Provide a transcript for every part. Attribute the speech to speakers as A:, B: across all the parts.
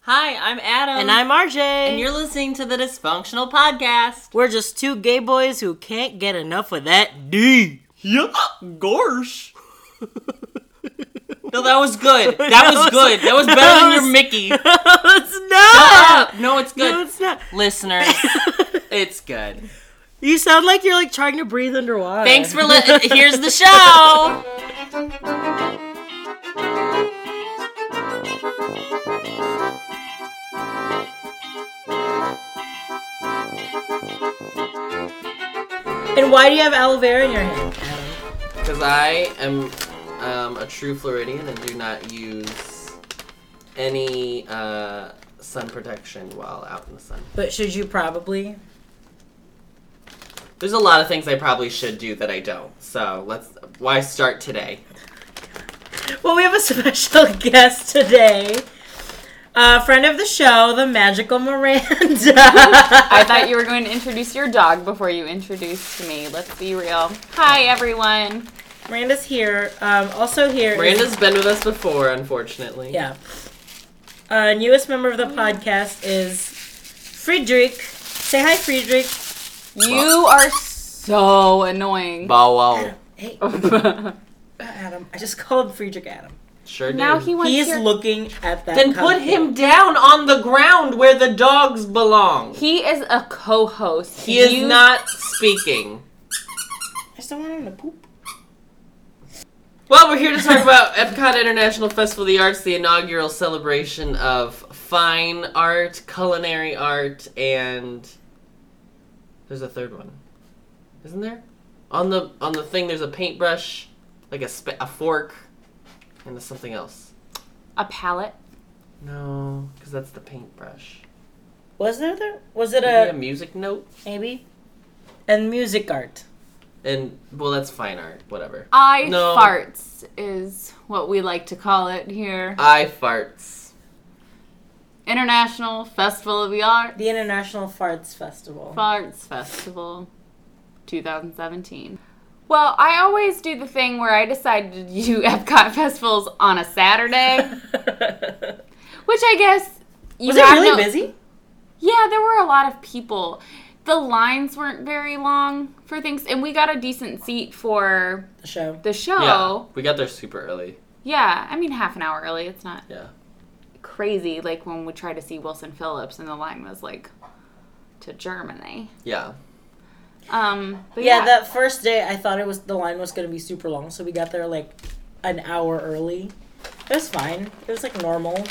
A: Hi, I'm Adam.
B: And I'm RJ.
A: And you're listening to the Dysfunctional Podcast.
B: We're just two gay boys who can't get enough of that D.
A: Yeah, gosh. no, that was good. That was good. That was better than your Mickey.
B: no, it's
A: Shut
B: not.
A: up. No, it's good.
B: No, it's not.
A: Listeners, it's good.
B: You sound like you're like trying to breathe underwater.
A: Thanks for listening. Here's the show.
B: And why do you have aloe vera in your hand?
A: Because I am um, a true Floridian and do not use any uh, sun protection while out in the sun.
B: But should you probably?
A: There's a lot of things I probably should do that I don't. So let's. Why start today?
B: Well, we have a special guest today. A friend of the show, the magical Miranda.
C: I thought you were going to introduce your dog before you introduced me. Let's be real. Hi, everyone.
B: Miranda's here. Um, also here. is-
A: Miranda's been with us before, unfortunately.
B: Yeah. Uh, newest member of the podcast is Friedrich. Say hi, Friedrich.
C: You are so annoying.
A: Bow wow.
B: Hey,
C: now
B: Adam. I just called Friedrich Adam.
A: Sure did.
C: he wants
B: He is
C: your-
B: looking at that.
A: Then put
B: cocktail.
A: him down on the ground where the dogs belong.
C: He is a co-host.
A: He is
C: You-
A: not speaking.
B: I just don't want him to poop.
A: Well, we're here to talk about Epcot International Festival of the Arts, the inaugural celebration of fine art, culinary art, and there's a third one, isn't there? On the on the thing, there's a paintbrush, like a sp- a fork, and there's something else.
C: a palette.
A: No, because that's the paintbrush. uh,
B: Was there? There was it
A: Maybe a
B: a
A: music note,
B: maybe? And music art.
A: and well, that's fine art, whatever.
C: I
A: No.
C: farts is what we like to call it here.
A: I farts.
C: International Festival of the Arts.
B: The International Farts Festival.
C: Farts Festival 2017. Well, I always do the thing where I decide to do Epcot festivals on a Saturday.
B: was
C: Which I guess you
B: it
C: have
B: really
C: no-
B: busy?
C: Yeah, there were a lot of people. The lines weren't very long for things, and we got a decent seat for
B: The show.
C: the
A: Yeah,
C: show.
A: we got there super early.
C: Yeah, I mean half an hour early. It's not
A: Yeah.
C: crazy like when we tried to see Wilson Phillips, and the line was like to Germany.
A: Yeah.
C: Um, but
B: Yeah,
C: yeah,
B: that first day I thought it was the line was gonna be super long, so we got there like an hour early. It was fine. It was like normal.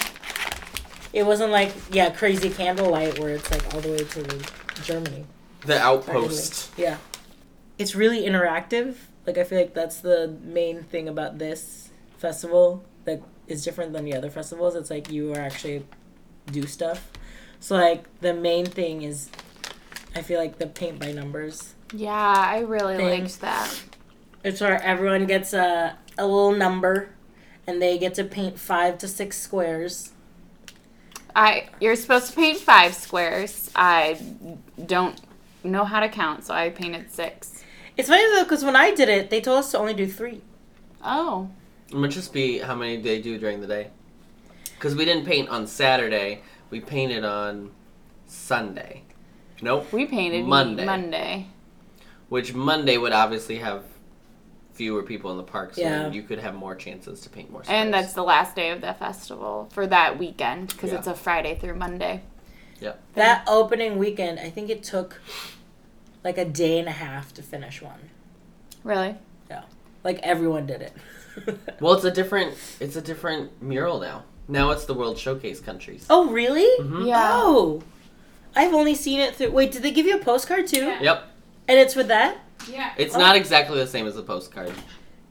B: It wasn't like yeah, crazy candlelight where it's like all the way to Germany.
A: The outpost.
B: Yeah. It's really interactive. Like I feel like that's the main thing about this festival that is different than the other festivals. It's like you are actually do stuff. So like the main thing is I feel like the paint by numbers
C: yeah, I really
B: Thanks.
C: liked that.
B: It's where everyone gets a, a little number and they get to paint five to six squares.
C: I you're supposed to paint five squares. I don't know how to count, so I painted six.
B: It's funny though, because when I did it, they told us to only do three.
C: Oh,
A: It might just be how many they do during the day. Because we didn't paint on Saturday, we painted on Sunday. Nope.
C: we painted
A: Monday.
C: Monday.
A: Which Monday would obviously have fewer people in the park, so
B: Yeah.
A: you could have more chances to paint more.
C: And
A: squares.
C: that's the last day of the festival for that weekend because
A: Yeah.
C: it's a Friday through Monday.
B: That opening weekend, I think it took like a day and a half to finish one.
C: Really?
B: Like everyone did it.
A: well, it's a different it's a different mural now. Now it's the World Showcase countries.
B: oh, really?
A: Mhm.
C: Yeah.
B: Oh. I've only seen it through. Wait, did they give you a postcard too?
C: Yeah.
A: Yep,
B: And it's with that?
C: Yeah.
A: it's not exactly the same as the postcard.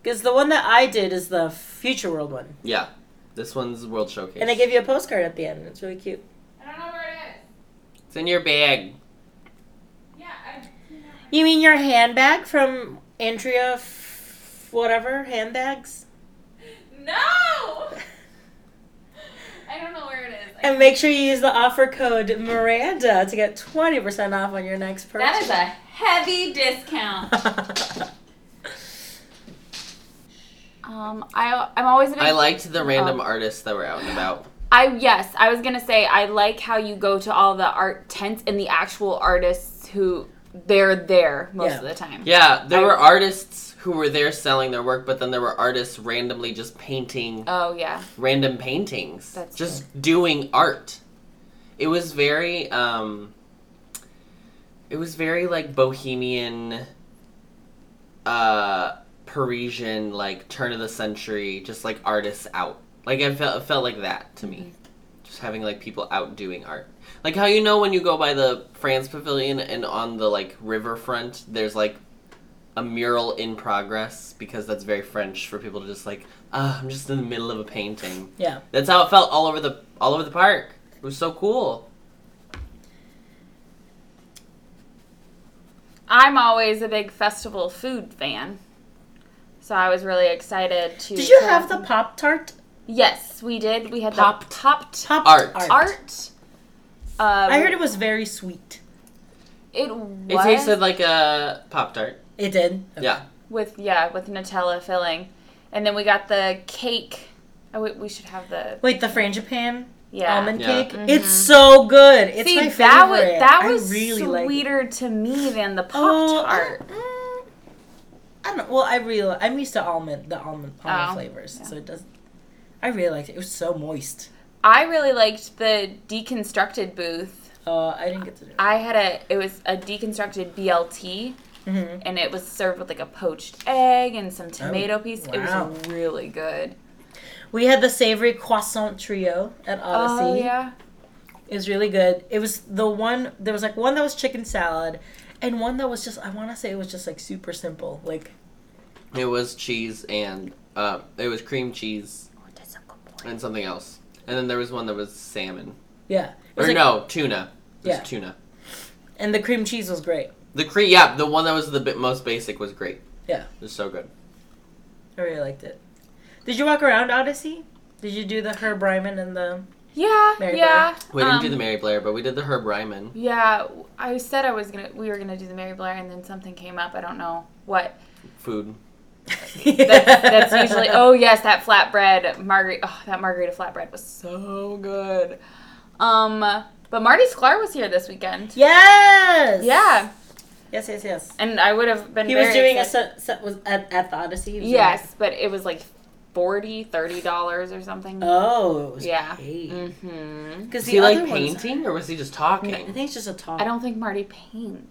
B: Because the one that I did is the Future World one.
A: Yeah, this one's World Showcase.
B: And they give you a postcard at the end. It's really cute.
C: I don't know where it
A: it's in your bag.
C: is. Yeah.
B: You mean your handbag from Andrea, f- whatever handbags?
C: no. I don't know where it is.
B: And make sure you use the offer code Miranda to get twenty percent off on your next purchase.
C: a heavy discount. Um, I I'm always an Um,
B: Oh.
A: I liked the random artists that were out and about.
C: I yes, I was gonna say I like how you go to all the art tents and the actual artists who they're there most
B: Yeah.
C: of the time.
A: Yeah, there
C: I-
A: were artists who were there selling their work, but then there were artists randomly just painting
C: Oh yeah.
A: random paintings.
C: That's
A: just doing art. It was very um it was very like bohemian uh Parisian like turn of the century just like artists out. Like I felt it felt like that to me. Just having like people out doing art. Like how you know when you go by the France Pavilion and on the like riverfront there's like a mural in progress because that's very French for people to just like, ah, I'm just in the middle of a painting.
B: Yeah.
A: That's how it felt all over the all over the park. It was so cool.
C: I'm always a big festival food fan. So I was really excited to
B: Did you have the Pop Tart?
C: Yes, we did. We had
A: Pop-
C: the pop top
B: Pop
A: Art.
C: art. Um,
B: I heard it was very sweet.
C: it was
A: It tasted like a pop tart.
B: It did. Okay.
A: Yeah,
C: with yeah with Nutella filling, and then we got the cake. Oh, we, we should have the
B: Wait, the frangipane
C: yeah. Mm-hmm.
B: almond
A: Yeah.
B: cake. It's so good. It's
C: See
B: my favorite.
C: that was that was
B: I really like it.
C: sweeter to me than the
B: Oh,
C: pop tart.
B: I, mm, I don't know. Well, I really I'm used to almond the almond almond
C: Oh,
B: flavors,
C: yeah.
B: so it does. I really liked it. It was so moist.
C: I really liked the deconstructed booth.
B: Uh, I didn't get to do it.
C: I had a it was a deconstructed BLT
B: Mhm.
C: and it was served with like a poached egg and some tomato piece.
B: Oh, wow.
C: It was really good.
B: We had the savory croissant trio at Odyssey.
C: Oh yeah.
B: It was really good. It was the one there was like one that was chicken salad, and one that was just I want to say it was just like super simple, like
A: it was cheese and uh, it was cream cheese
B: Oh,
A: and something else. And then there was one that was salmon
B: yeah. It
A: or
B: was like,
A: no tuna. It was
B: Yeah.
A: tuna.
B: And the cream cheese was great.
A: The cre yeah, the one that was the bit most basic was great.
B: Yeah.
A: it was so good.
B: I really liked it. Did you walk around Odyssey? Did you do the Herb Ryman and the
C: Yeah,
B: Mary
C: yeah.
A: We didn't do
C: um,
A: the Mary Blair, but we did the Herb Ryman.
C: Yeah, I said I was gonna. We were gonna do the Mary Blair, and then something came up. I don't know what.
A: Food.
C: That's usually. Oh yes, that flatbread margarita. Oh, that margarita flatbread was so good. Um, but Marty Sklar was here this weekend.
B: Yes.
C: Yeah,
B: Yes, yes, yes.
C: and I would have been.
B: He was
C: very
B: doing a
C: excited.
B: set, set was at, at the Odyssey. he was doing a-
C: Yes, but it was like 40 dollars or something.
B: Oh, it was
C: yeah.
B: Because
C: hmm
A: Was
B: the
A: he like
B: other ones-
A: painting or was he just
B: I
A: talking?
B: think it's just a talk.
C: I don't think Marty paints.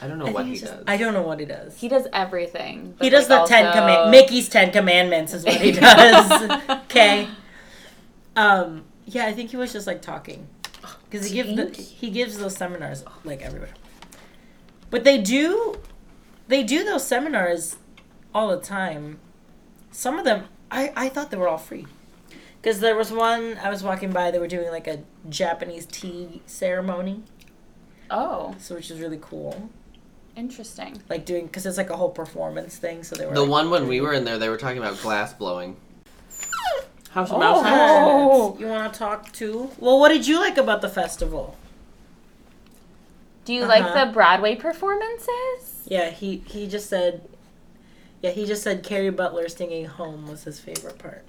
A: I don't know
B: I
A: what
B: think
A: he
B: it's just-
A: does.
B: I don't know what he does.
C: He does everything.
B: He does the Ten Command
C: Commandments.
B: Mickey's Ten Commandments is what he does. okay. Um. Yeah, I think he was just like talking, because he gives the,
C: Tinky.
B: he gives those seminars like everywhere. But they do, they do those seminars all the time. Some of them, I I thought they were all free, because there was one I was walking by. They were doing like a Japanese tea ceremony,
C: Oh,
B: so which is really cool.
C: interesting.
B: Like doing because it's like a whole performance thing. So they were
A: The
B: like,
A: one when we were in there, they were talking about glass blowing. House of
B: Oh,
A: Mouse House?
C: Oh.
B: You want to talk too? Well, what did you like about the festival?
C: Do you
B: Uh-huh.
C: like the Broadway performances?
B: Yeah, he he just said. Yeah, he just said Carrie Butler singing "Home" was his favorite part.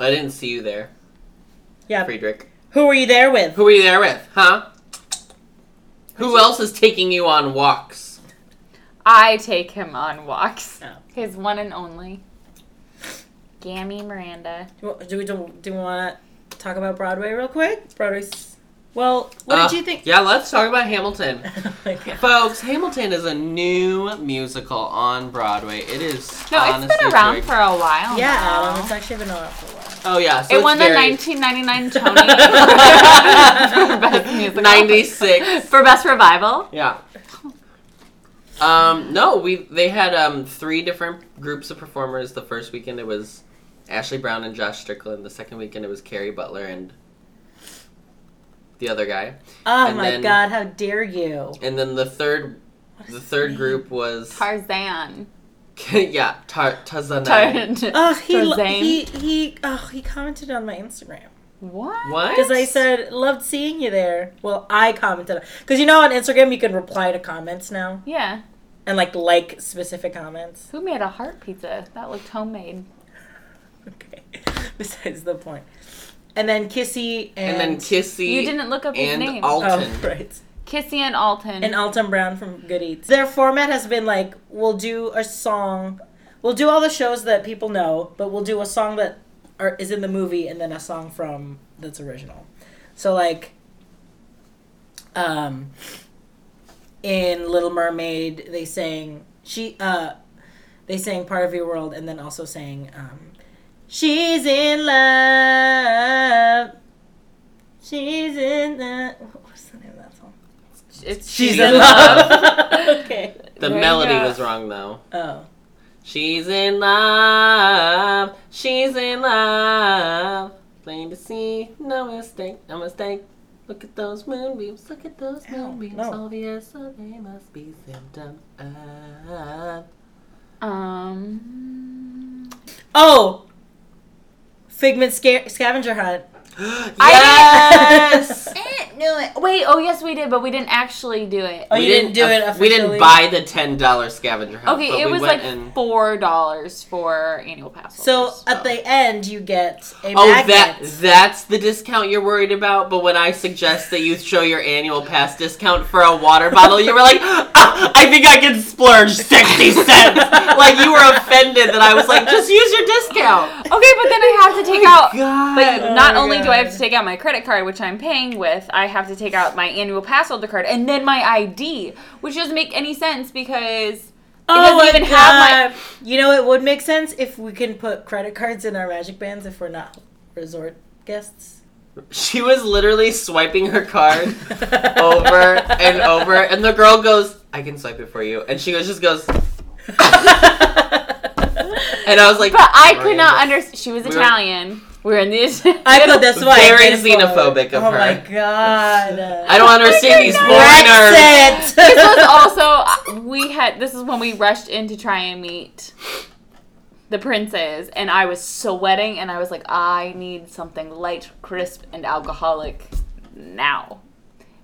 A: I didn't see you there,
B: Yeah,
A: Friedrich.
B: who were you there with?
A: Who were you there with, huh? Who else is taking you on walks?
C: I take him on walks.
B: Oh.
C: His one and only. Gammy Miranda.
B: Do we- do we do, do we want to talk about Broadway real quick? Broadway's. Well, what
A: Uh,
B: did you think? Oh
A: Yeah, let's talk about Hamilton.
B: Like,
A: Folks, Hamilton is a new musical on Broadway. It is
C: No, it's been
A: honestly
C: around
A: great.
C: for a while.
B: yeah,
C: now.
B: Adam, it's actually been out for a while.
A: Oh yeah, so
C: it
A: it's
C: won the
A: very
C: 1999 Tony for best musical.
A: 96.
C: for best revival.
A: Yeah. Um, no, we they had um three different groups of performers. The first weekend it was Ashley Brown and Josh Strickland. The second weekend it was Carrie Butler and the other guy.
B: Oh
A: And
B: my
A: then-
B: God! How dare you?
A: And then the third
B: What is
A: the
B: his
A: third
B: name?
A: group was
C: Tarzan.
A: yeah, Tar- Tarzanai.
B: Oh, he lo-
C: Tarzan.
B: he he. Oh, he commented on my Instagram.
C: What?
A: What?
B: Because I said, loved seeing you there. Well, I commented. Because you know on Instagram you can reply to comments now
C: Yeah.
B: and like like specific comments.
C: Who made a heart pizza? That looked homemade.
B: Okay. Besides the point. And then Kissy
A: And
B: and,
A: then Kissy
C: You didn't look up his
A: and
C: name.
A: Alton.
B: Oh, right.
C: Kissy and Alton.
B: and Alton Brown from Good Eats. Their format has been like we'll do a song, we'll do all the shows that people know, but we'll do a song that are, is in the movie and then a song from that's original. So like, um, in Little Mermaid, they sang she uh, they sang part of your world and then also sang um, she's in love. She's in the what's the name of that song?
C: it's
A: She's in love.
B: okay.
A: The
C: There you
A: melody
C: go.
A: was wrong though.
B: Oh.
A: She's in love. She's in love. Plain to see, no mistake, no mistake. Look at those moonbeams, look at those
B: Ow,
A: moonbeams.
B: no.
A: Obvious, so they must be symptom of.
C: Um.
B: Oh. Figment sca- scavenger hunt.
A: yes!
C: No, wait. Oh, yes, we did, but we didn't actually do it.
B: Oh, you didn't, do it
A: aff- We
B: officially.
A: didn't buy the ten dollar scavenger hunt. but
C: Okay, it
A: we
C: was
A: went
C: like
A: and-
C: four dollars for annual pass.
B: Oh, So
C: holders,
B: at the end, you get a
A: Oh,
B: magnet.
A: that that's the discount you're worried about. But when I suggest that you show your annual pass discount for a water bottle, you were like, "Ah, "I think I can splurge sixty cents." like you were offended that I was like, "Just use your discount."
C: Oh. okay, but then I have to take out.
A: God.
C: But
B: Oh
C: not
B: my
C: only do I have
B: God.
C: to take out my credit card, which I'm paying with, I have to take out my annual pass holder card and then my ID, which doesn't make any sense because
B: oh
C: doesn't
B: my
C: even
B: god!
C: have
B: you know, it would make sense if we can put credit cards in our magic bands if we're not resort guests.
A: she was literally swiping her card over and over, and the girl goes, "I can swipe it for you," and she goes, just goes, and I was like,
C: But I could
A: "Miranda,
C: not understand. She was
A: We were-
C: Italian. We were in this.
B: I know that's why. I
A: Very
B: did it forward.
A: xenophobic of
B: oh
A: her.
B: my god!
A: I don't understand these foreigners."
B: Brexit.
C: this was also uh, we had. This is when we rushed in to try and meet the princes, and I was sweating, and I was like, I need something light, crisp, and alcoholic now.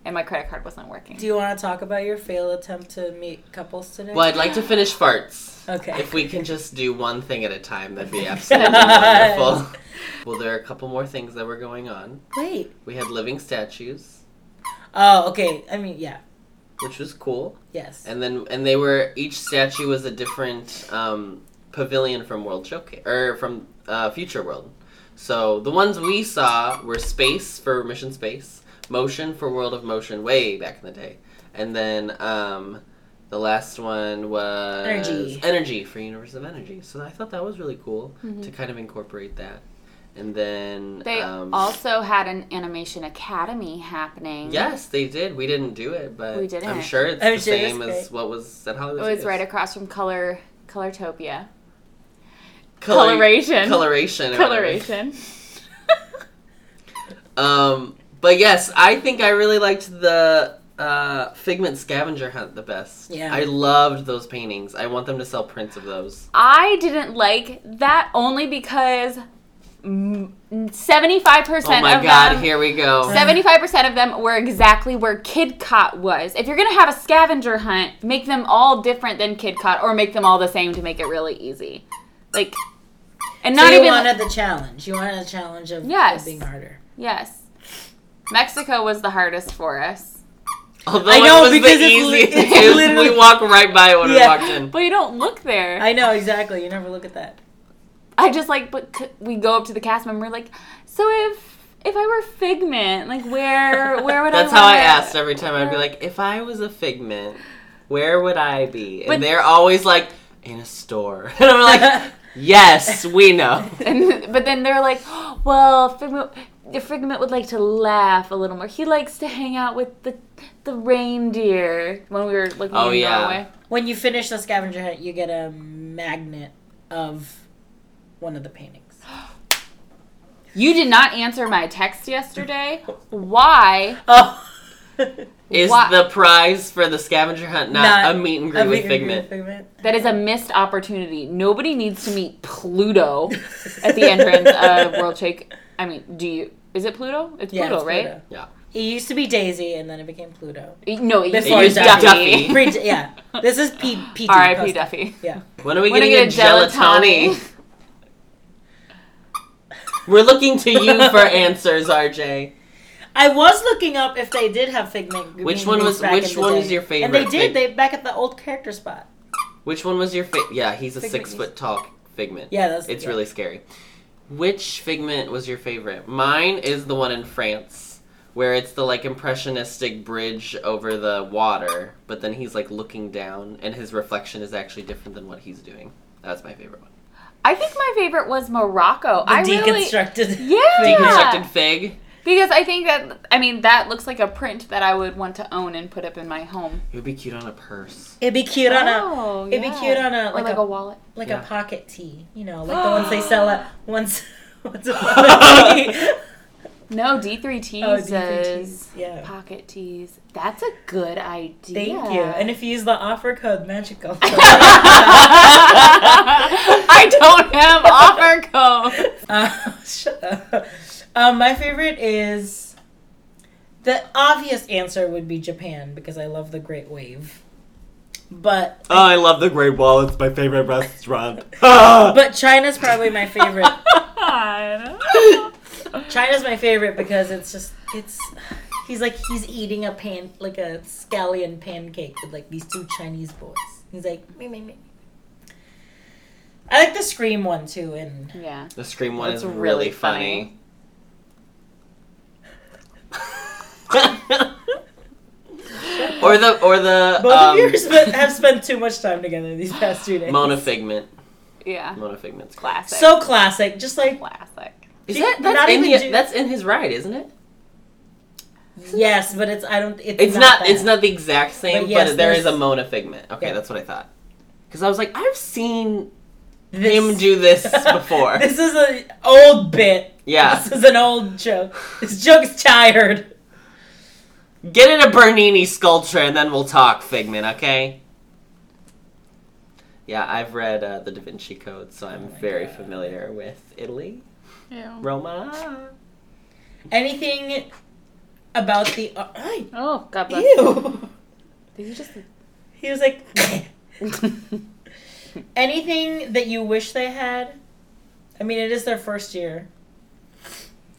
C: And my credit card wasn't working.
B: Do you want to talk about your failed attempt to meet couples today?
A: Well, I'd like to finish farts.
B: Okay.
A: If we can just do one thing at a time, that'd be absolutely wonderful. Well, there are a couple more things that were going on.
B: Wait.
A: We had living statues,
B: Oh, okay. I mean, yeah.
A: which was cool,
B: Yes.
A: and then and they were each statue was a different um, pavilion from World Showcase or from uh, Future World. So the ones we saw were space for Mission Space, motion for World of Motion, way back in the day, and then um, the last one was
B: Energy.
A: energy for Universe of Energy. So I thought that was really cool
B: Mm-hmm.
A: to kind of incorporate that, and then
C: They
A: um,
C: also had an animation academy happening.
A: Yes, they did. We didn't do it, but
C: We didn't.
A: I'm sure it's
B: I'm
A: the
B: sure it's
A: same as
B: great.
A: what was at Hollywood.
C: It was
A: Studios.
C: right across from Color Colortopia.
A: Color-
C: Coloration.
A: Coloration. or whatever.
C: Coloration.
A: Um, but yes, I think I really liked the uh, Figment scavenger hunt the best.
B: Yeah.
A: I loved those paintings. I want them to sell prints of those.
C: I didn't like that only because mm, 75%
A: Oh my
C: of
A: god,
C: them
A: here we go.
C: 75% of them were exactly where Kid Cot was. If you're going to have a scavenger hunt, make them all different than Kid Cot or make them all the same to make it really easy. Like and
B: so
C: not
B: you
C: even
B: wanted the challenge. You wanted a challenge of, of
C: Yes.
B: being harder.
C: Yes. Mexico was the hardest for us.
A: Although
B: I know,
A: it was
B: because
A: the
B: it's li-
A: easiest.
B: it's literally-
A: we walk right by it when
B: Yeah.
A: we walked in.
C: But you don't look there.
B: I know exactly. You never look at that.
C: I just like, but c- we go up to the cast member, like, so if if I were Figment, like, where where would
A: That's
C: I?
A: how I
C: wanna-"
A: asked every time. I'd be like, if I was a figment, where would I be? And
C: But-
A: they're always like, in a store. And I'm like, yes, we know.
C: And, but then they're like, well, Figment, the Figment would like to laugh a little more. He likes to hang out with the the reindeer when we were looking
A: Oh,
C: in
A: yeah.
C: Norway.
B: when you finish the scavenger hunt, you get a magnet of one of the paintings.
C: You did not answer my text yesterday. Why?
B: Oh,
A: Is
C: Why-
A: the prize for the scavenger hunt not,
B: Not
A: a meet and greet with Figment?
C: That is a missed opportunity. Nobody needs to meet Pluto at the entrance of World Shake. I mean, do you? Is it Pluto? It's
B: Yeah,
C: Pluto,
B: it's
C: right?
B: Pluto.
A: Yeah.
B: It used to be Daisy, and then it became Pluto.
C: E- No, it
B: Before
C: used to be
B: Duffy.
C: Duffy.
B: Pre- yeah, this is P. P-
C: R.I.P. Duffy.
B: Yeah.
A: When are we
C: When I
A: getting
C: get
A: a
C: a gelatoni.
A: gelatoni? We're looking to you for answers, RJ.
B: I was looking up if they did have fig Newt-
A: Which
B: Newt
A: one
B: Goose
A: was-
B: back
A: which
B: in the
A: one
B: day.
A: was your
B: And they
A: favorite
B: did.
A: fig-
B: They back at the old character spot.
A: Which one was your fa- Yeah, he's a
B: Figment,
A: six foot tall figment.
B: Yeah, that's
A: It's
B: yeah.
A: really scary. Which figment was your favorite? Mine is the one in France where it's the like impressionistic bridge over the water, but then he's like looking down and his reflection is actually different than what he's doing. That's my favorite one.
C: I think my favorite was Morocco.
B: the
C: I really
B: deconstructed.
C: Yeah.
A: Deconstructed fig.
C: because I think that I mean that looks like a print that I would want to own and put up in my home.
A: It would be cute on a purse.
B: It'd be cute on a
C: Oh,
B: it'd be
C: yeah.
B: cute on a-
C: Or
B: like
C: like
B: a-
C: a wallet.
B: like
A: Yeah.
B: a pocket tee, you know, like the ones they sell at once. once a pocket tee.
C: No, D3 T's
B: Oh,
C: is
B: D3Ts, yeah.
C: pocket tees. That's a good idea.
B: Thank you. And if you use the offer code magical,
C: I don't have offer code.
B: uh, shut up. Um, my favorite is the obvious answer would be Japan because I love the Great Wave, but
A: Oh, I love the Great Wall. It's my favorite restaurant.
B: but China's probably my favorite.
C: God.
B: China's my favorite because it's just it's he's like he's eating a pan like a scallion pancake with like these two Chinese boys. He's like me me me. I like the scream one too, and
C: yeah.
A: the Scream one
C: That's
A: is really,
C: really
A: funny.
C: funny.
A: or the or the
B: both
A: um,
B: of you sp- have spent too much time together these past two days.
A: Mona Figment.
C: Yeah.
A: Mona Figment's cool.
C: Classic.
B: so classic, just like
C: classic.
A: Is
B: She-
A: that that's
B: not
A: in
B: even
A: the-
B: do-
A: that's in his ride, isn't it?
B: yes, but it's I don't. It's,
A: It's not.
B: that.
A: it's not the exact same,
B: But
A: but,
B: yes,
A: there is a
B: there's-
A: Mona Figment. Okay,
B: Yeah.
A: that's what I thought. Because I was like, I've seen
B: This-
A: him do this before.
B: this is an old bit.
A: yeah,
B: This is an old joke. This joke is tired.
A: get in a Bernini sculpture and then we'll talk, Figment. Okay. Yeah, I've read uh, the Da Vinci Code, so I'm
B: Oh my
A: very
B: God. Mm.
A: familiar with Italy,
C: Yeah.
A: Roma.
B: Anything about the? uh, Ay,
C: Oh, God bless.
B: ew.
C: Did you just
B: He was like, anything that you wish they had. I mean, it is their first year.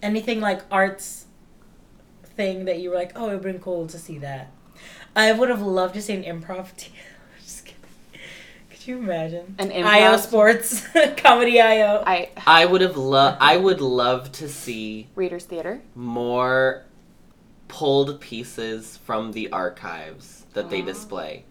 B: Anything like arts thing that you were like, oh, it would have been cool to see that. I would have loved to see an improv team. Just kidding. Could you imagine?
C: An
B: IO
C: improv-
B: Sports, Comedy IO.
C: I
A: I would have loved. I would love to see
C: Readers Theater.
A: more pulled pieces from the archives that they
C: Aw.
A: display.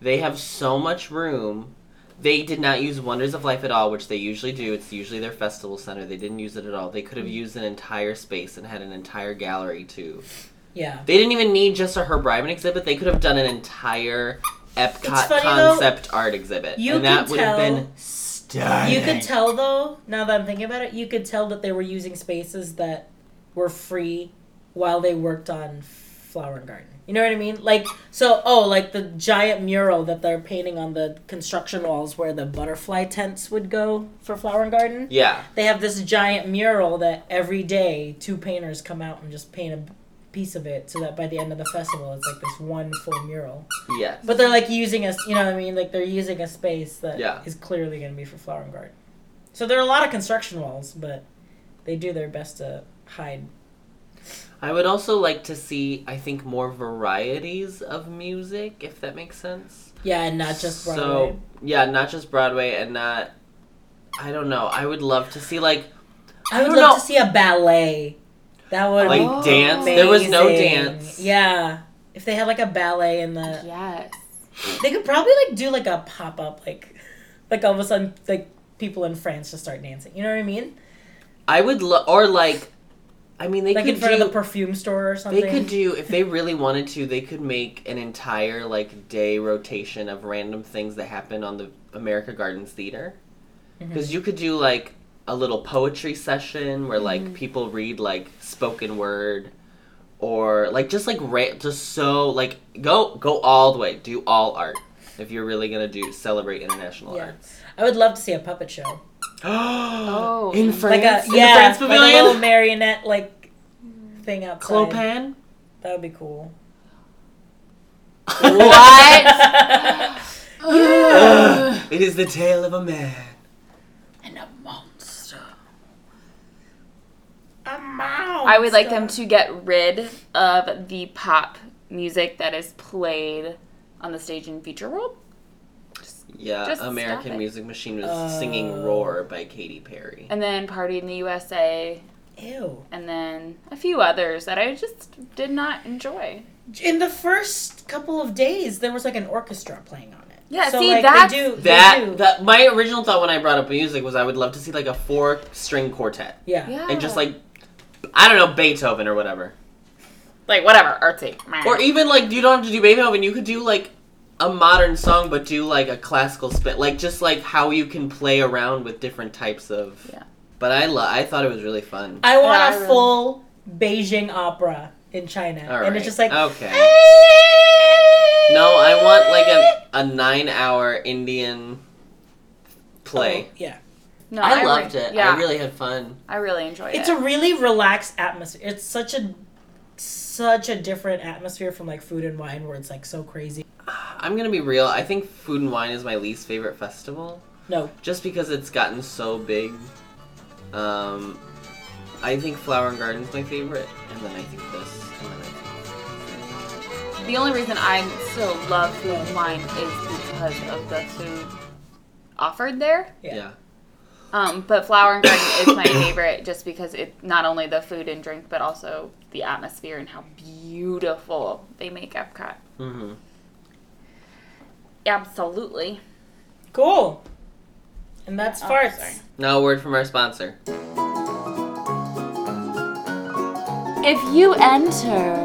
A: They have so much room. They did not use Wonders of Life at all, which they usually do. It's usually their festival center. They didn't use it at all. They could have
B: Mm.
A: used an entire space and had an entire gallery too.
B: yeah.
A: They didn't even need just a Herb Ryman exhibit. They could have done an entire Epcot
B: funny, though.
A: concept art exhibit,
B: You
A: and that
B: could
A: would have
B: tell-
A: been stunning.
B: You could tell though, now that I'm thinking about it, you could tell that they were using spaces that were free while they worked on Flower and Garden. You know what I mean? Like so oh, like the giant mural that they're painting on the construction walls where the butterfly tents would go for Flower and Garden.
A: yeah,
B: They have this giant mural that every day two painters come out and just paint a piece of it so that by the end of the festival it's like this one full mural.
A: yeah.
B: But they're like using us, you know what I mean? Like they're using a space that is
A: Yeah.
B: clearly going to be for flower and garden. So there are a lot of construction walls, but they do their best to hide.
A: I would also like to see, I think, more varieties of music, if that makes sense.
B: Yeah, and not just Broadway.
A: So, yeah, not just Broadway and not. I don't know. I would love to see, like,
B: I would
A: don't
B: love
A: know.
B: to see a ballet. That would
A: like
C: Oh.
A: dance. There was no
B: amazing.
A: dance.
B: Yeah. If they had like a ballet in the
C: Yes.
B: they could probably like do like a pop up like like all of a sudden like people in France just start dancing. You know what I mean?
A: I would love, or like, I mean, they
B: like
A: could
B: in front
A: do.
B: of the perfume store or something.
A: they could do if they really wanted to. They could make an entire like day rotation of random things that happen on the America Gardens Theater.
B: Mm-hmm.
A: because you could do like a little poetry session where like
B: Mm-hmm.
A: people read like spoken word or like just like ra- just so like go go all the way do all art if you're really gonna do celebrate international
B: Yeah.
A: arts
B: I would love to see a puppet show.
A: oh
C: in
A: in france
B: like a
A: in
B: yeah,
A: the france
B: like a
A: pavilion
B: little marionette like thing outside.
A: clopin
B: That would be cool.
C: What?
A: it is the tale of a man
B: and a monster. now.
C: I would like them
B: Stop.
C: to get rid of the pop music that is played on the stage in Future World.
A: Yeah,
C: Just stop
A: American
C: it.
A: Music Machine was
B: Oh.
A: singing "Roar" by Katy Perry.
C: And then Party in the USA.
B: Ew.
C: And then a few others that I just did not enjoy.
B: In the first couple of days, there was like an orchestra playing on it.
C: Yeah,
B: so,
C: see,
B: like,
C: that's-
B: they do, they do.
A: That that my original thought when I brought up music was I would love to see like a four string quartet
B: yeah.
C: Yeah.
A: and just like I don't know Beethoven or whatever,
C: like whatever, artsy.
A: or e- even like you don't have to do Beethoven. You could do like a modern song, but do like a classical spit, like just like how you can play around with different types of.
C: Yeah.
A: But I lo- I thought it was really fun.
B: I want
C: Yeah, I
B: a
C: really-
B: full Beijing opera in China,
A: All right.
B: and it's just
A: Oh,
B: like
A: okay. No, I want like a a nine hour Indian play.
B: Oh, yeah,
C: no,
A: I,
C: re-
A: loved it.
C: Yeah,
A: I really had fun.
C: I really enjoyed
B: it's
C: it.
B: a really relaxed atmosphere. It's such a such a different atmosphere from like food and wine, where it's like so crazy.
A: I'm gonna be real. I think Food and Wine is my least favorite festival,
B: No,
A: just because it's gotten so big. Um, I think Flower and Garden's my favorite, and then I think this, and then I think
C: the only reason I still love food and wine is because of the food offered there.
A: yeah.
B: Yeah.
C: Um, but Flower and Garden is my favorite just because it not only the food and drink, but also the atmosphere and how beautiful they make Epcot.
A: hmm
C: Absolutely.
B: cool. And that's
C: Oh,
B: farts.
C: sorry.
A: Now a word from our sponsor.
C: If you enter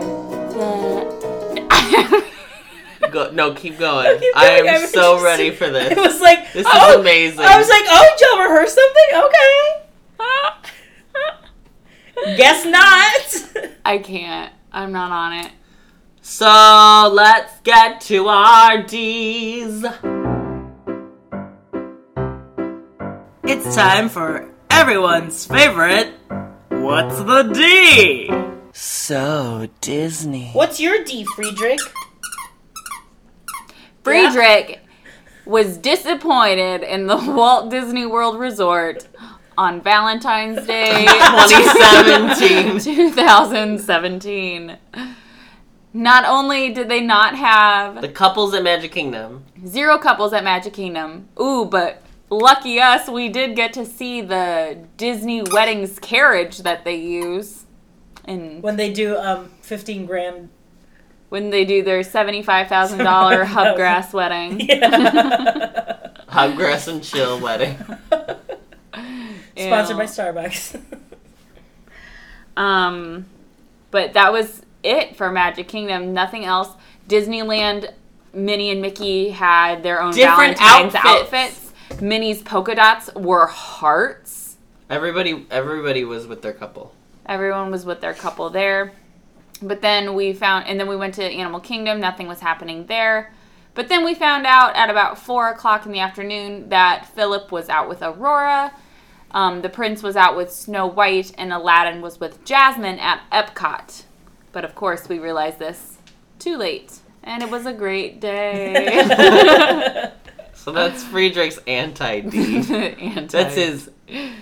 C: the.
A: Go, no, keep going.
B: Keep
A: I
B: going,
A: am
B: was
A: so
B: just-
A: ready for
B: It
A: this.
B: was like
A: This
B: oh,
A: is amazing.
B: I was like, oh, Joe rehearsed something. Okay, guess not.
C: I can't. I'm not on it.
A: so let's get to our D's.
B: It's time for everyone's favorite.
A: What's the D? So Disney.
B: What's your D, Friedrich?
C: Friedrich was disappointed in the Walt Disney World Resort on Valentine's Day
A: 2017.
C: 2017. Not only did they not have
A: The couples at Magic Kingdom.
C: zero couples at Magic Kingdom, ooh, but lucky us, we did get to see the Disney weddings carriage that they use. And
B: When they do um 15 grand.
C: when they do their $75,000 Hubgrass wedding.
A: Hubgrass and Chill wedding.
B: Sponsored
C: Ew.
B: by Starbucks.
C: Um, but that was it for Magic Kingdom. Nothing else. Disneyland, Minnie and Mickey had their own
A: Different
C: Valentine's
A: outfits.
C: outfits. Minnie's polka dots were hearts.
A: Everybody everybody was with their couple.
C: Everyone was with their couple there. But then we found, and then we went to Animal Kingdom. Nothing was happening there. But then we found out at about four o'clock in the afternoon that Philip was out with Aurora. Um, the prince was out with Snow White, and Aladdin was with Jasmine at Epcot. But of course, we realized this too late. And it was a great day.
A: So that's Friedrich's anti D.
C: And
A: That's
C: I-
A: his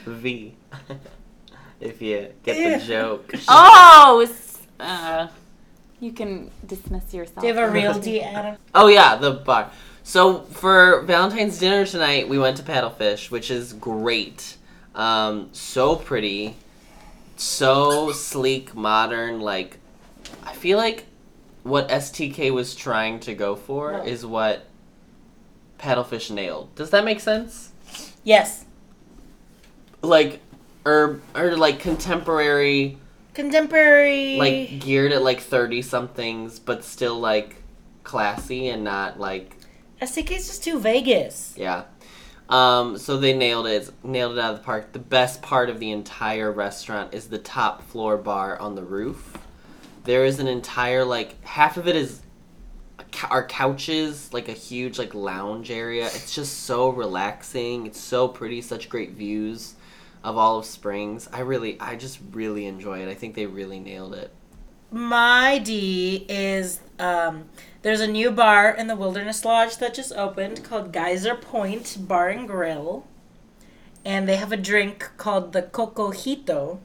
A: V. if you get the joke.
C: Oh! s- Uh, you can dismiss yourself.
B: do you have a real D, Adam?
A: Oh yeah, the bar. So for Valentine's dinner tonight, we went to Paddlefish, which is great. Um, so pretty, so sleek, modern. Like, I feel like what STK was trying to go for
B: No.
A: is what Paddlefish nailed. Does that make sense?
B: Yes.
A: Like, or or like contemporary,
B: Contemporary.
A: like geared at like thirty somethings, but still like classy and not like
B: STK is just too Vegas.
A: Yeah. Um, so they nailed it, nailed it out of the park. The best part of the entire restaurant is the top floor bar on the roof. There is an entire like half of it is a cou- our couches, like a huge like lounge area. It's just so relaxing. It's so pretty. Such great views of all of Springs. I really, I just really enjoy it. I think they really nailed it.
B: My D is um, there's a new bar in the Wilderness Lodge that just opened called Geyser Point Bar and Grill. And they have a drink called the Cocojito,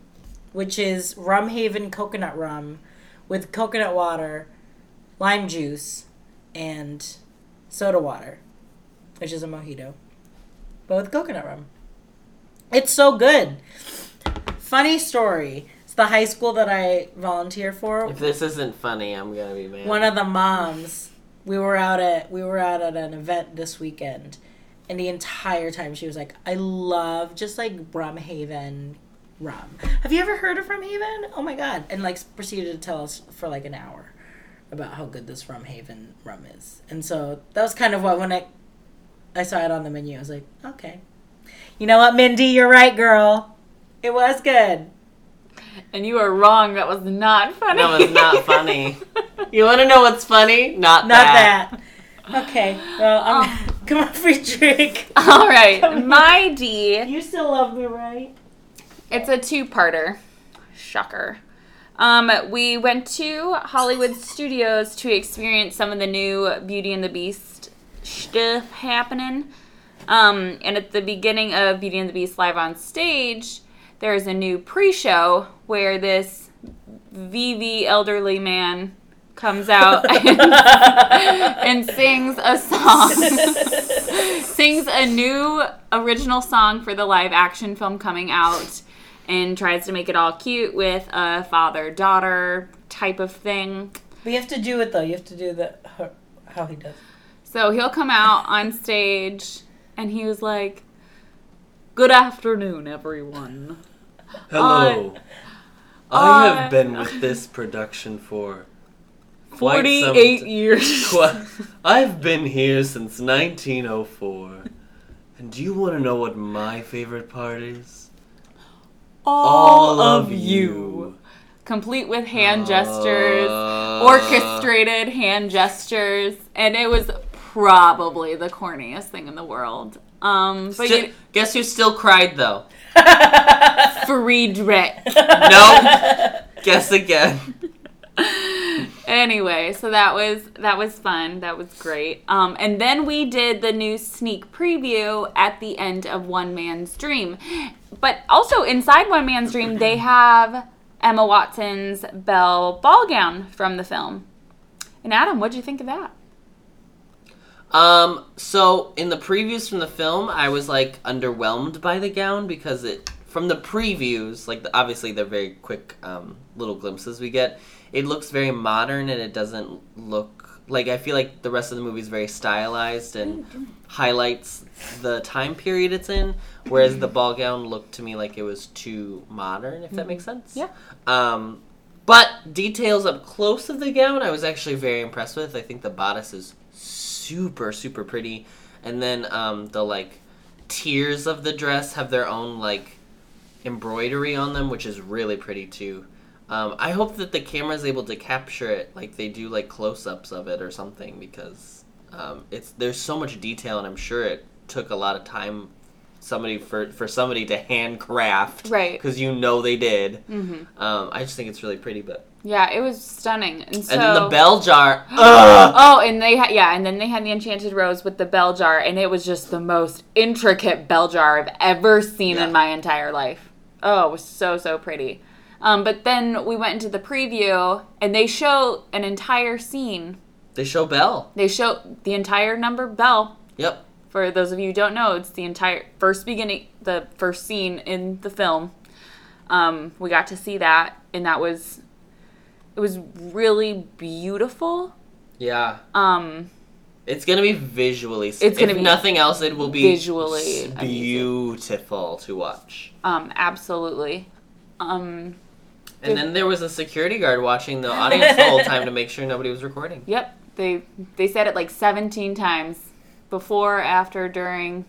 B: which is Rum Haven coconut rum with coconut water, lime juice, and soda water, which is a mojito, but with coconut rum. It's so good. Funny story. It's the high school that I volunteer for.
A: If this isn't funny, I'm gonna be mad.
B: One of the moms, we were out at we were out at an event this weekend, and the entire time she was like, "I love just like Rum Haven rum. Have you ever heard of Rum Haven? Oh my god!" And like proceeded to tell us for like an hour about how good this Rum Haven rum is. And so that was kind of what when I I saw it on the menu, I was like, "Okay, you know what, Mindy, you're right, girl. It was good."
C: And you are wrong. That was not funny.
A: That was not funny. you want to know what's funny? Not,
B: Not that. Okay. Well, I'm, come on, free drink.
C: All right, my D.
B: You still love me, right?
C: It's a two-parter. Shocker. Um, we went to Hollywood Studios to experience some of the new Beauty and the Beast stuff happening. Um, and at the beginning of Beauty and the Beast live on stage, there is a new pre-show where this VV elderly man comes out and, and sings a song, sings a new original song for the live action film coming out, and tries to make it all cute with a father daughter type of thing.
B: We have to do it though. You have to do the how- how he does.
C: So he'll come out on stage and he was like, Good afternoon, everyone.
A: Hello. I have been with this production for quite some
C: 48
A: ti-
C: years.
A: Qu- I've been here since 1904. And do you want to know what my favorite part is?
C: All of you. Uh, Complete with hand gestures. orchestrated hand gestures, and it was probably the corniest thing in the world. Um, but
A: Sti-
C: you,
A: Uh, guess who still cried though?
C: Friedrich.
A: No. Guess again.
C: anyway, so that was that was fun. That was great. Um, and then we did the new sneak preview at the end of One Man's Dream, but also inside One Man's Dream they have Emma Watson's bell ball gown from the film. And Adam, what'd you think of that?
A: Um, so in the previews from the film, I was like underwhelmed by the gown because it from the previews, like the, obviously they're very quick um, little glimpses we get. It looks very modern and it doesn't look like I feel like the rest of the movie is very stylized and highlights the time period it's in, whereas the ball gown looked to me like it was too modern, if that makes sense.
C: Yeah.
A: Um, but details up close of the gown, I was actually very impressed with. I think the bodice is super, super pretty, and then um, the like tiers of the dress have their own like embroidery on them, which is really pretty too. Um, I hope that the camera is able to capture it, like they do like close-ups of it or something, because um, it's there's so much detail, and I'm sure it took a lot of time somebody for for somebody to handcraft,
C: Right.
A: Because you know they did. Um, I just think it's really pretty, but
C: Yeah, it was stunning. And, so,
A: and then the bell jar. Ugh!
C: Oh, and they had yeah, and then they had the enchanted rose with the bell jar, and it was just the most intricate bell jar I've ever seen
A: Yeah.
C: in my entire life. Oh, it was so so pretty. Um, but then we went into the preview, and they show an entire scene.
A: They show Bell.
C: They show the entire number bell.
A: Yep.
C: For those of you who don't know, it's the entire first beginning, the first scene in the film. Um, we got to see that, and that was it was really beautiful.
A: Yeah.
C: Um,
A: It's gonna be visually. It's
C: It's
A: gonna if
C: gonna be
A: nothing else, it will be
C: visually
A: s-
C: amazing.
A: beautiful to watch.
C: Um, absolutely. Um,
A: And then there was a security guard watching the audience the whole time to make sure nobody was recording.
C: yep. They they said it like 17 times before, after, during.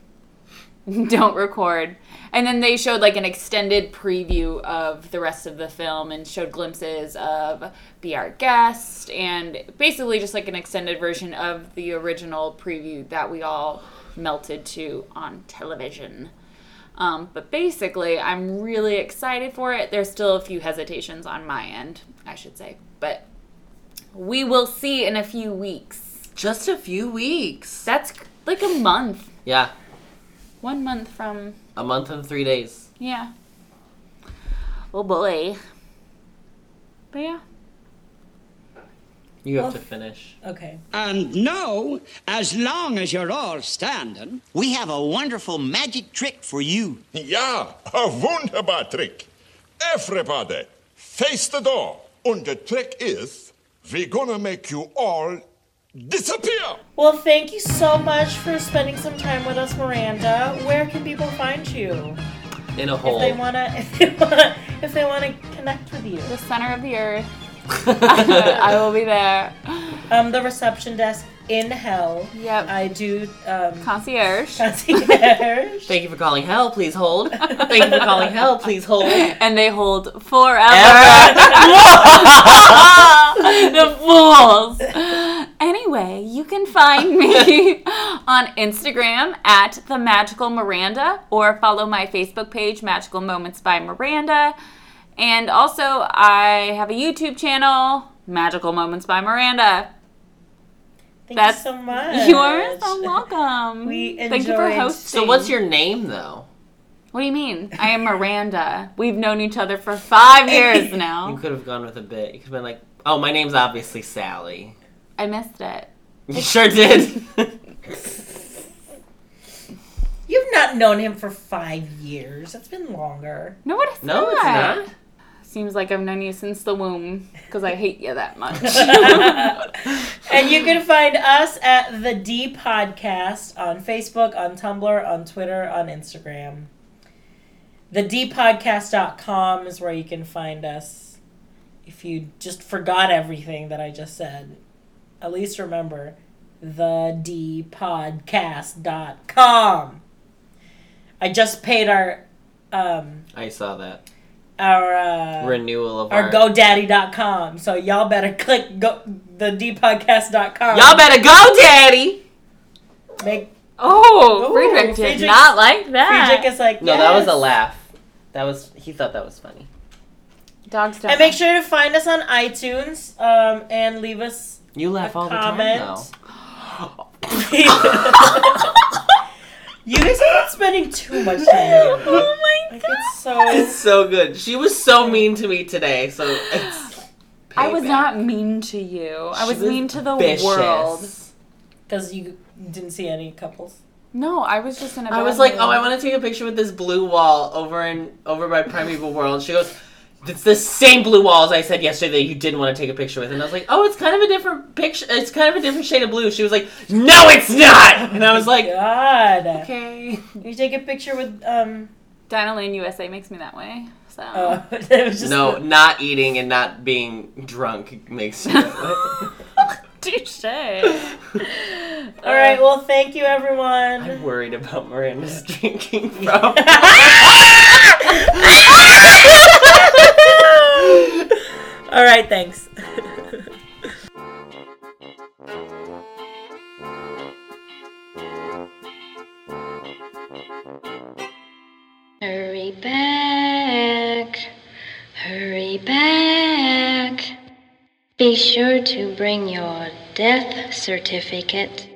C: Don't record. And then they showed like an extended preview of the rest of the film and showed glimpses of Be Our Guest and basically just like an extended version of the original preview that we all melted to on television. Um, but basically, I'm really excited for it. There's still a few hesitations on my end, I should say. But we will see in a few weeks.
A: Just a few weeks.
C: That's like a month.
A: Yeah,
C: One month from,
A: a month and three days.
C: yeah. Oh boy. But yeah.
A: You have
D: Well-
A: to finish.
D: Okay.
E: And now, as long as you're all standing,
F: We have a wonderful magic trick for you.
G: Ja, een wunderbar trick. Everybody, face the door. And the trick is, we're gonna make you all disappear.
B: Well, thank you so much for spending some time with us, Miranda. Where can people find you
A: In a
B: if they
A: hole.
B: wanna if they wanna if they wanna connect with you?
C: The center of the earth. I will be there.
B: Um, the reception desk in hell.
C: Yep.
B: I do um
C: Concierge.
B: concierge.
A: Thank you for calling hell, please hold. Thank you for calling hell, please hold.
C: And they hold forever. the fools. Anyway, you can find me on Instagram at the magical Miranda or follow my Facebook page, Magical Moments by Miranda. And also, I have a YouTube channel, Magical Moments by Miranda.
B: Thank
C: That's-
B: you so much.
C: You are
B: Oh,
C: so welcome.
B: We
C: Thank you for
B: enjoyed-
C: hosting.
A: So what's your name though?
C: What do you mean? I am Miranda. We've known each other for five years
A: You
C: now.
A: could have gone with a bit. You could have been like, oh, my name's obviously Sally.
C: I missed it.
A: You sure did.
B: You've not known him for five years. It's been longer.
C: No, it is
A: No, it's not.
C: Seems like I've known you since the womb because I hate you that much.
B: And you can find us at the D Podcast on Facebook, on Tumblr, on Twitter, on Instagram. The DPodcast.com is where you can find us. If you just forgot everything that I just said, at least remember the DPodcast.com. I just paid our um
A: I saw that
B: our uh
A: renewal of
B: our
A: our.
B: GoDaddy.com. So y'all better click go the DPodcast.com.
A: Y'all better go, Daddy.
B: make
C: oh,
B: Ooh,
C: Friedrich did
B: Friedrich's-
C: not like that.
B: Friedrich is like
A: No, that was a
B: "Yes."
A: laugh. That was he thought that was funny.
C: Dogs don't.
B: And make sure to find us on iTunes um, and leave us
A: You laugh
B: a
A: all the
B: comment.
A: time
B: you guys are spending too much time. together.
C: oh my
B: Like,
C: god!
B: it's
A: though.
B: so
A: It's so good. She was so mean to me today. So it's.
C: I was
A: payback.
C: not mean to you. I
A: She
C: was, mean to the
A: vicious.
C: world.
B: because you didn't see any couples.
C: No, I was just in a.
A: I
C: bad
A: was like,
C: mood.
A: oh, I want to take a picture with this blue wall over in over by Primeval World. She goes, it's the same blue wall as I said yesterday that you didn't want to take a picture with. And I was like, oh, it's kind of a different picture. It's kind of a different shade of blue. She was like, no, it's not. And I was like,
B: God,
A: okay.
B: you take a picture with um.
C: Dino Lane USA makes me that way. So.
B: Oh, it was just
A: No, not eating and not being drunk makes you.
C: Touche.
B: All right. Well, thank you, everyone.
A: I'm worried about Miranda's drinking from.
B: All right. Thanks.
H: Hurry back, hurry back. Be sure to bring your death certificate.